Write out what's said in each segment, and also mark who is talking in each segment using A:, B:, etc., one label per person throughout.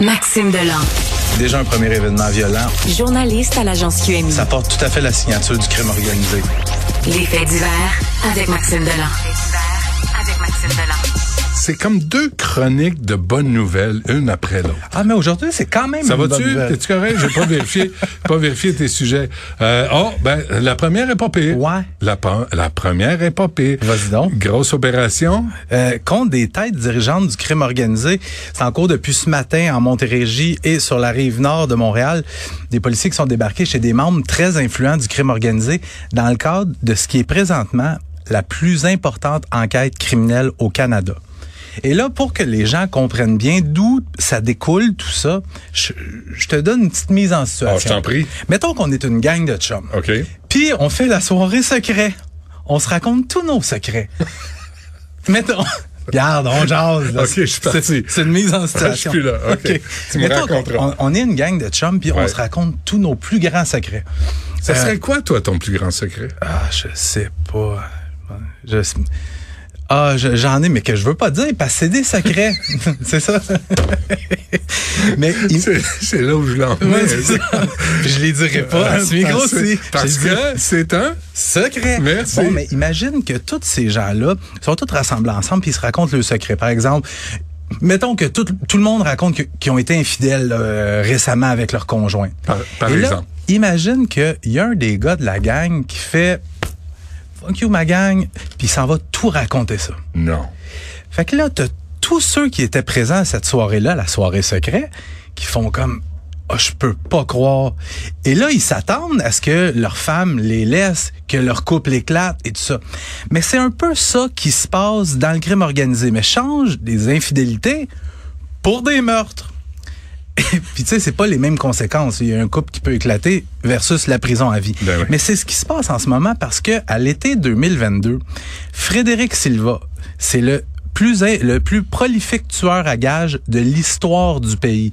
A: Maxime Delan,
B: Déjà un premier événement violent,
A: journaliste à l'agence QMI.
B: ça porte tout à fait la signature du crime organisé.
A: Les faits divers avec Maxime Delan. avec Maxime Delan.
C: C'est comme deux chroniques de bonnes nouvelles, une après l'autre.
B: Ah, mais aujourd'hui, c'est quand même
C: Ça
B: une bonne
C: va-tu?
B: nouvelle.
C: T'es-tu correct? J'ai pas vérifié, pas vérifié tes sujets. Euh, oh, ben, la première est pas pire.
B: Ouais.
C: La, pre- la première est pas pire.
B: Vas-y donc.
C: Grosse opération.
B: Euh, contre des têtes dirigeantes du crime organisé. C'est en cours depuis ce matin en Montérégie et sur la rive nord de Montréal. Des policiers qui sont débarqués chez des membres très influents du crime organisé dans le cadre de ce qui est présentement la plus importante enquête criminelle au Canada. Et là, pour que les gens comprennent bien d'où ça découle, tout ça, je, je te donne une petite mise en situation.
C: Ah, je t'en prie.
B: Mettons qu'on est une gang de chums.
C: OK.
B: Puis on fait la soirée secret. On se raconte tous nos secrets. Mettons. Regarde, on jase. là.
C: Ok, je suis parti.
B: C'est- C'est une mise en
C: Je suis
B: situation.
C: plus là. OK. Tu me
B: Mettons qu'on-
C: raconteras.
B: On, on est une gang de chums, puis on
C: Ouais.
B: se raconte tous nos plus grands secrets.
C: Ça
B: Euh,
C: serait quoi, toi, ton plus grand secret?
B: Ah, je sais pas. Je... Ah, je- j'en ai, mais que je veux pas dire, parce que c'est des secrets. c'est ça. mais il-
C: C'est c'est là où je l'en
B: Ouais,
C: mets.
B: c'est ça. je les dirai pas hein, à
C: Parce
B: ce micro-ci.
C: parce
B: Je les dirai-
C: que c'est un...
B: Secret.
C: Merci.
B: Bon, mais imagine que tous ces gens-là sont tous rassemblés ensemble puis ils se racontent le secret. Par exemple, mettons que tout, tout le monde raconte que- qu'ils ont été infidèles euh, récemment avec leur conjoint.
C: Par- Ah, par
B: Et là,
C: exemple.
B: imagine qu'il y a un des gars de la gang qui fait « Fuck you, ma gang », puis il s'en va tout raconter ça.
C: Non.
B: Fait que là, t'as tous ceux qui étaient présents à cette soirée-là, la soirée secret, qui font comme Ah, je peux pas croire. Et là, ils s'attendent à ce que leurs femmes les laissent, que leur couple éclate et tout ça. Mais c'est un peu ça qui se passe dans le crime organisé. Mais change des infidélités pour des meurtres. Puis tu sais, c'est pas les mêmes conséquences. Il y a un couple qui peut éclater versus la prison à vie.
C: Ben oui.
B: Mais c'est ce qui se passe en ce moment parce que à l'été 2022, Frédéric Silva, c'est le plus in- le plus prolifique tueur à gages de l'histoire du pays.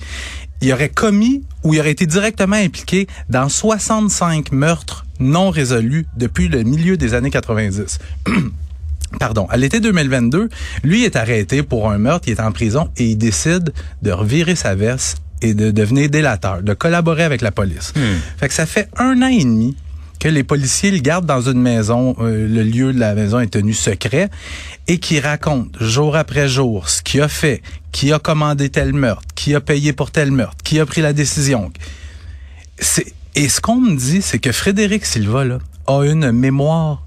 B: Il aurait commis ou il aurait été directement impliqué dans 65 meurtres non résolus depuis le milieu des années 90. Pardon, à l'été 2022, lui est arrêté pour un meurtre, il est en prison et il décide de revirer sa verse et de devenir délateur, de collaborer avec la police. Fait que ça fait un an et demi que les policiers le gardent dans une maison, euh, le lieu de la maison est tenu secret, et qui raconte jour après jour ce qu'il a fait, qui a commandé tel meurtre, qui a payé pour tel meurtre, qui a pris la décision. C'est- et ce qu'on me dit, c'est que Frédéric Silva là, a une mémoire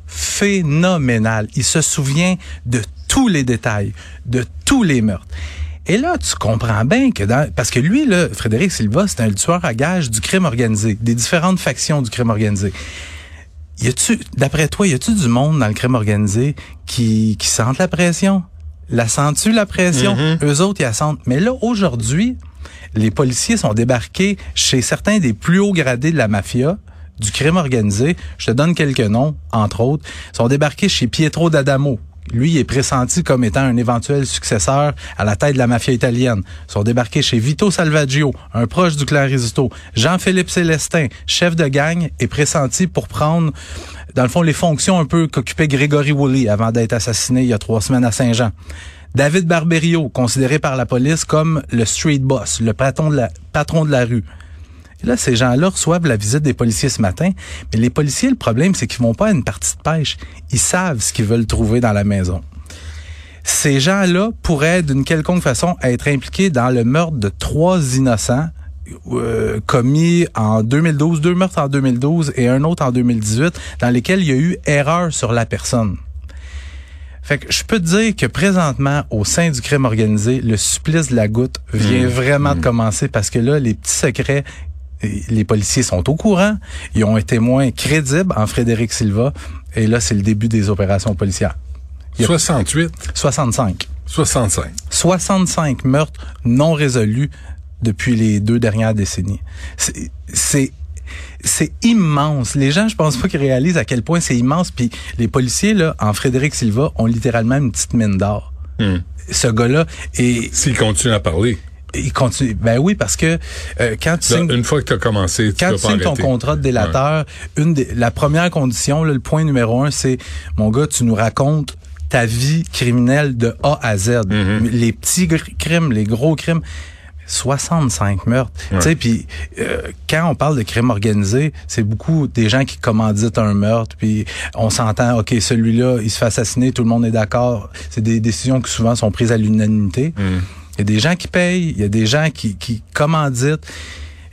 B: phénoménale. Il se souvient de tous les détails, de tous les meurtres. Et là, tu comprends bien que dans, parce que lui, là, Frédéric Silva, c'est un tueur à gages du crime organisé, des différentes factions du crime organisé. Y a-tu, d'après toi, y a-tu du monde dans le crime organisé qui, qui sentent la pression? La sens-tu, la pression? Eux autres, ils la sentent. Mais là, aujourd'hui, les policiers sont débarqués chez certains des plus hauts gradés de la mafia, du crime organisé. Je te donne quelques noms, entre autres. Ils sont débarqués chez Pietro D'Adamo. Lui, il est pressenti comme étant un éventuel successeur à la tête de la mafia italienne. Ils sont débarqués chez Vito Salvaggio, un proche du clan Risotto. Jean-Philippe Célestin, chef de gang, est pressenti pour prendre, dans le fond, les fonctions un peu qu'occupait Grégory Woolley avant d'être assassiné il y a trois semaines à Saint-Jean. David Barberio, considéré par la police comme le street boss, le patron de la, patron de la rue. Et là, ces gens-là reçoivent la visite des policiers ce matin. Mais les policiers, le problème, c'est qu'ils vont pas à une partie de pêche. Ils savent ce qu'ils veulent trouver dans la maison. Ces gens-là pourraient, d'une quelconque façon, être impliqués dans le meurtre de trois innocents euh, commis en 2012, deux meurtres en 2012 et un autre en 2018, dans lesquels il y a eu erreur sur la personne. Fait que je peux te dire que présentement, au sein du crime organisé, le supplice de la goutte vient vraiment de commencer parce que là, les petits secrets, et les policiers sont au courant. Ils ont un témoin crédible en Frédéric Silva. Et là, c'est le début des opérations policières. Yep.
C: 68,
B: 65.
C: 65.
B: 65 meurtres non résolus depuis les deux dernières décennies. C'est- C'est c'est immense. Les gens, je pense pas qu'ils réalisent à quel point c'est immense. Puis les policiers là, en Frédéric Silva, ont littéralement une petite mine d'or. Ce gars-là, et
C: S'il continue à parler.
B: il continue. Ben oui, parce que euh, quand tu signes-
C: Une fois que tu as commencé, tu
B: quand
C: peux
B: tu
C: pas
B: signes ton
C: arrêter.
B: contrat de délateur, une des- la première condition, là, le point numéro un, c'est mon gars, tu nous racontes
C: Mm-hmm.
B: ta vie criminelle de A à Z. Les petits gr- crimes, les gros crimes. 65 meurtres. Tu sais, puis euh, quand on parle de crime organisé, c'est beaucoup des gens qui commanditent un meurtre, puis on s'entend, OK, celui-là, il se fait assassiner, tout le monde est d'accord. C'est des décisions qui souvent sont prises à l'unanimité.
C: Mm.
B: Il y a des gens qui payent, il y a des gens qui, qui commanditent,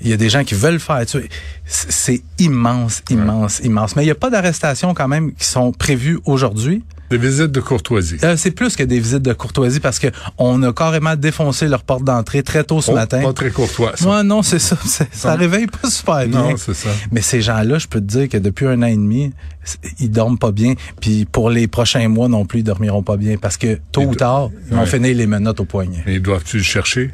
B: il y a des gens qui veulent faire tuer. C- C'est immense, immense, immense. Mais il n'y a pas d'arrestations quand même qui sont prévues aujourd'hui.
C: Des visites de courtoisie.
B: Euh, c'est plus que des visites de courtoisie parce que on a carrément défoncé leur porte d'entrée très tôt ce
C: Oh,
B: matin.
C: Pas très courtois. ça.
B: Moi, non, c'est ça. c'est- Ça réveille pas super bien.
C: Non, c'est ça.
B: Mais ces gens-là, je peux te dire que depuis un an et demi, c- ils dorment pas bien. Puis pour les prochains mois non plus, ils dormiront pas bien parce que tôt ou tard, ils vont
C: Ouais.
B: finir les menottes au poignet.
C: Mais doivent-tu le chercher?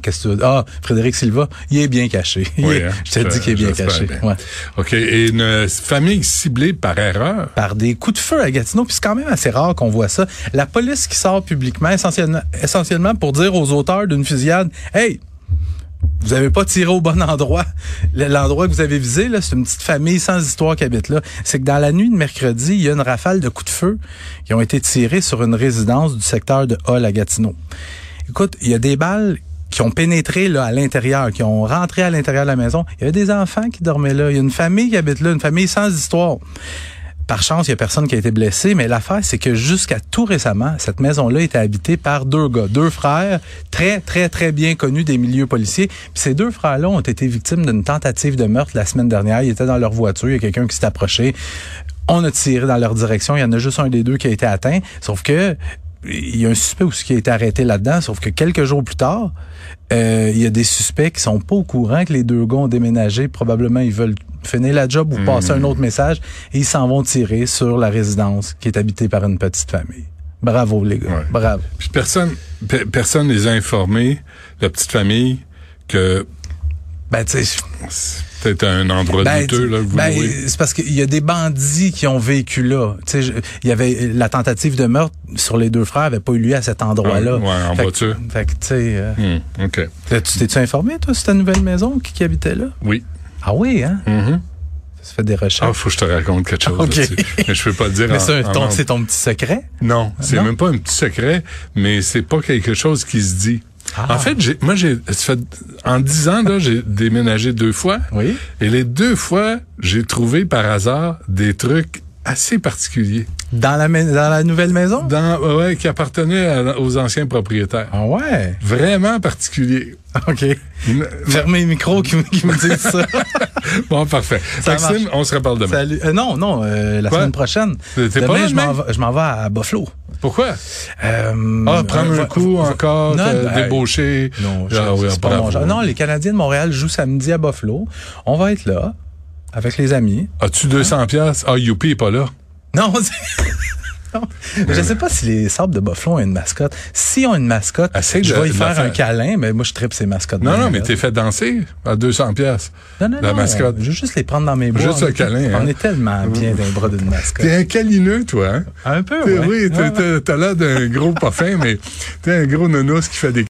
B: Qu'est-ce que tu Ah, Frédéric Silva, il est bien caché. Il
C: Oui,
B: est-
C: hein?
B: Je te dis qu'il est bien
C: J'espère
B: caché.
C: bien.
B: Ouais.
C: OK. Et une famille ciblée par erreur.
B: Par des coups de feu à Gatineau, puis c'est quand même assez rare qu'on voit ça. La police qui sort publiquement, essentiellement, essentiellement pour dire aux auteurs d'une fusillade, hey, vous avez pas tiré au bon endroit. Le- L'endroit que vous avez visé, là, c'est une petite famille sans histoire qui habite là. C'est que dans la nuit de mercredi, il y a une rafale de coups de feu qui ont été tirés sur une résidence du secteur de Hall à Gatineau. Écoute, il y a des balles qui ont pénétré là, à l'intérieur, qui ont rentré à l'intérieur de la maison. Il y a des enfants qui dormaient là. Il y a une famille qui habite là, une famille sans histoire. Par chance, il y a personne qui a été blessé, mais l'affaire, c'est que jusqu'à tout récemment, cette maison-là était habitée par deux gars, deux frères très, très, très bien connus des milieux policiers. Puis ces deux frères-là ont été victimes d'une tentative de meurtre la semaine dernière. Ils étaient dans leur voiture, il y a quelqu'un qui s'est approché. On a tiré dans leur direction. Il y en a juste un des deux qui a été atteint. Sauf que il y a un suspect aussi qui a été arrêté là-dedans, sauf que quelques jours plus tard, euh, il y a des suspects qui sont pas au courant que les deux gars ont déménagé. Probablement, ils veulent finir la job ou
C: Hmm.
B: passer un autre message. Et ils s'en vont tirer sur la résidence qui est habitée par une petite famille. Bravo, les gars.
C: Ouais.
B: Bravo.
C: Puis personne, pe- personne les a informés, la petite famille, que
B: Ben, tu sais,
C: c'était un endroit
B: Ben,
C: douteux, là, que vous
B: ben,
C: louez.
B: c'est parce qu'il y a des bandits qui ont vécu là. Tu sais, je- il y avait la tentative de meurtre sur les deux frères avait pas eu lieu à cet endroit-là.
C: Ah, ouais, en
B: Fait que-
C: voiture.
B: Fait que, tu sais, euh,
C: Hmm, OK.
B: tu t'es-tu informé, toi, sur ta nouvelle maison qui, qui habitait là?
C: Oui.
B: Ah oui, hein?
C: Mhm.
B: Ça fait des
C: Ah,
B: recherches.
C: faut que je te raconte quelque chose
B: OK.
C: là-dessus. Mais je peux pas le dire
B: mais
C: en-
B: c'est un-
C: en
B: ton,
C: nombre.
B: c'est ton petit secret?
C: Non, c'est
B: Ah Non?
C: même pas un petit secret, mais c'est pas quelque chose qui se dit.
B: Ah.
C: En fait, j'ai, moi, j'ai, ça fait- en dix ans, là, j'ai déménagé deux fois.
B: Oui.
C: Et les deux fois, j'ai trouvé par hasard des trucs assez particuliers.
B: Dans la, mais- dans la nouvelle maison?
C: Dans, ouais, qui appartenaient à- aux anciens propriétaires.
B: Ah ouais.
C: Vraiment particuliers.
B: OK.
C: Une-
B: Fermez les micros qui, me- qui me disent ça.
C: Bon, parfait.
B: Ça
C: Maxime,
B: marche.
C: on se reparle demain.
B: Salut. Euh, non, non, euh, la
C: Quoi?
B: semaine prochaine.
C: T'es- t'es pas
B: Demain,
C: là
B: je
C: demain?
B: m'en vais- je m'en vais à Buffalo.
C: Pourquoi?
B: Euh,
C: Ah, prendre
B: euh,
C: un coup
B: va- va-
C: encore,
B: Non,
C: te
B: ben,
C: débaucher.
B: Non, je-
C: Ah oui,
B: c'est pas
C: bravo.
B: mon genre. Non, les Canadiens de Montréal jouent samedi à Buffalo. On va être là, avec les amis.
C: As-tu 200 piastres? Ah, Youpi est pas là.
B: Non, c'est- Non. Je sais pas si les sables de Buffalo ont une mascotte. Si ont une mascotte,
C: Essaye
B: je
C: de-
B: vais y
C: de
B: faire
C: faire-
B: un câlin, mais moi je tripe ces mascottes.
C: Non,
B: bien
C: non, mais
B: raide.
C: t'es fait danser à 200 piastres.
B: Non, non,
C: la
B: non,
C: mascotte.
B: Je veux juste les prendre dans mes bras.
C: Juste
B: On
C: un
B: est-
C: câlin,
B: On
C: hein.
B: est tellement bien d'un bras d'une mascotte.
C: T'es un câlineux, toi, hein?
B: Un peu,
C: T'es-
B: Ah, ouais.
C: Oui,
B: Ouais,
C: t'es- t'es- t'as l'air d'un gros parfum, mais t'es un gros nounours qui fait des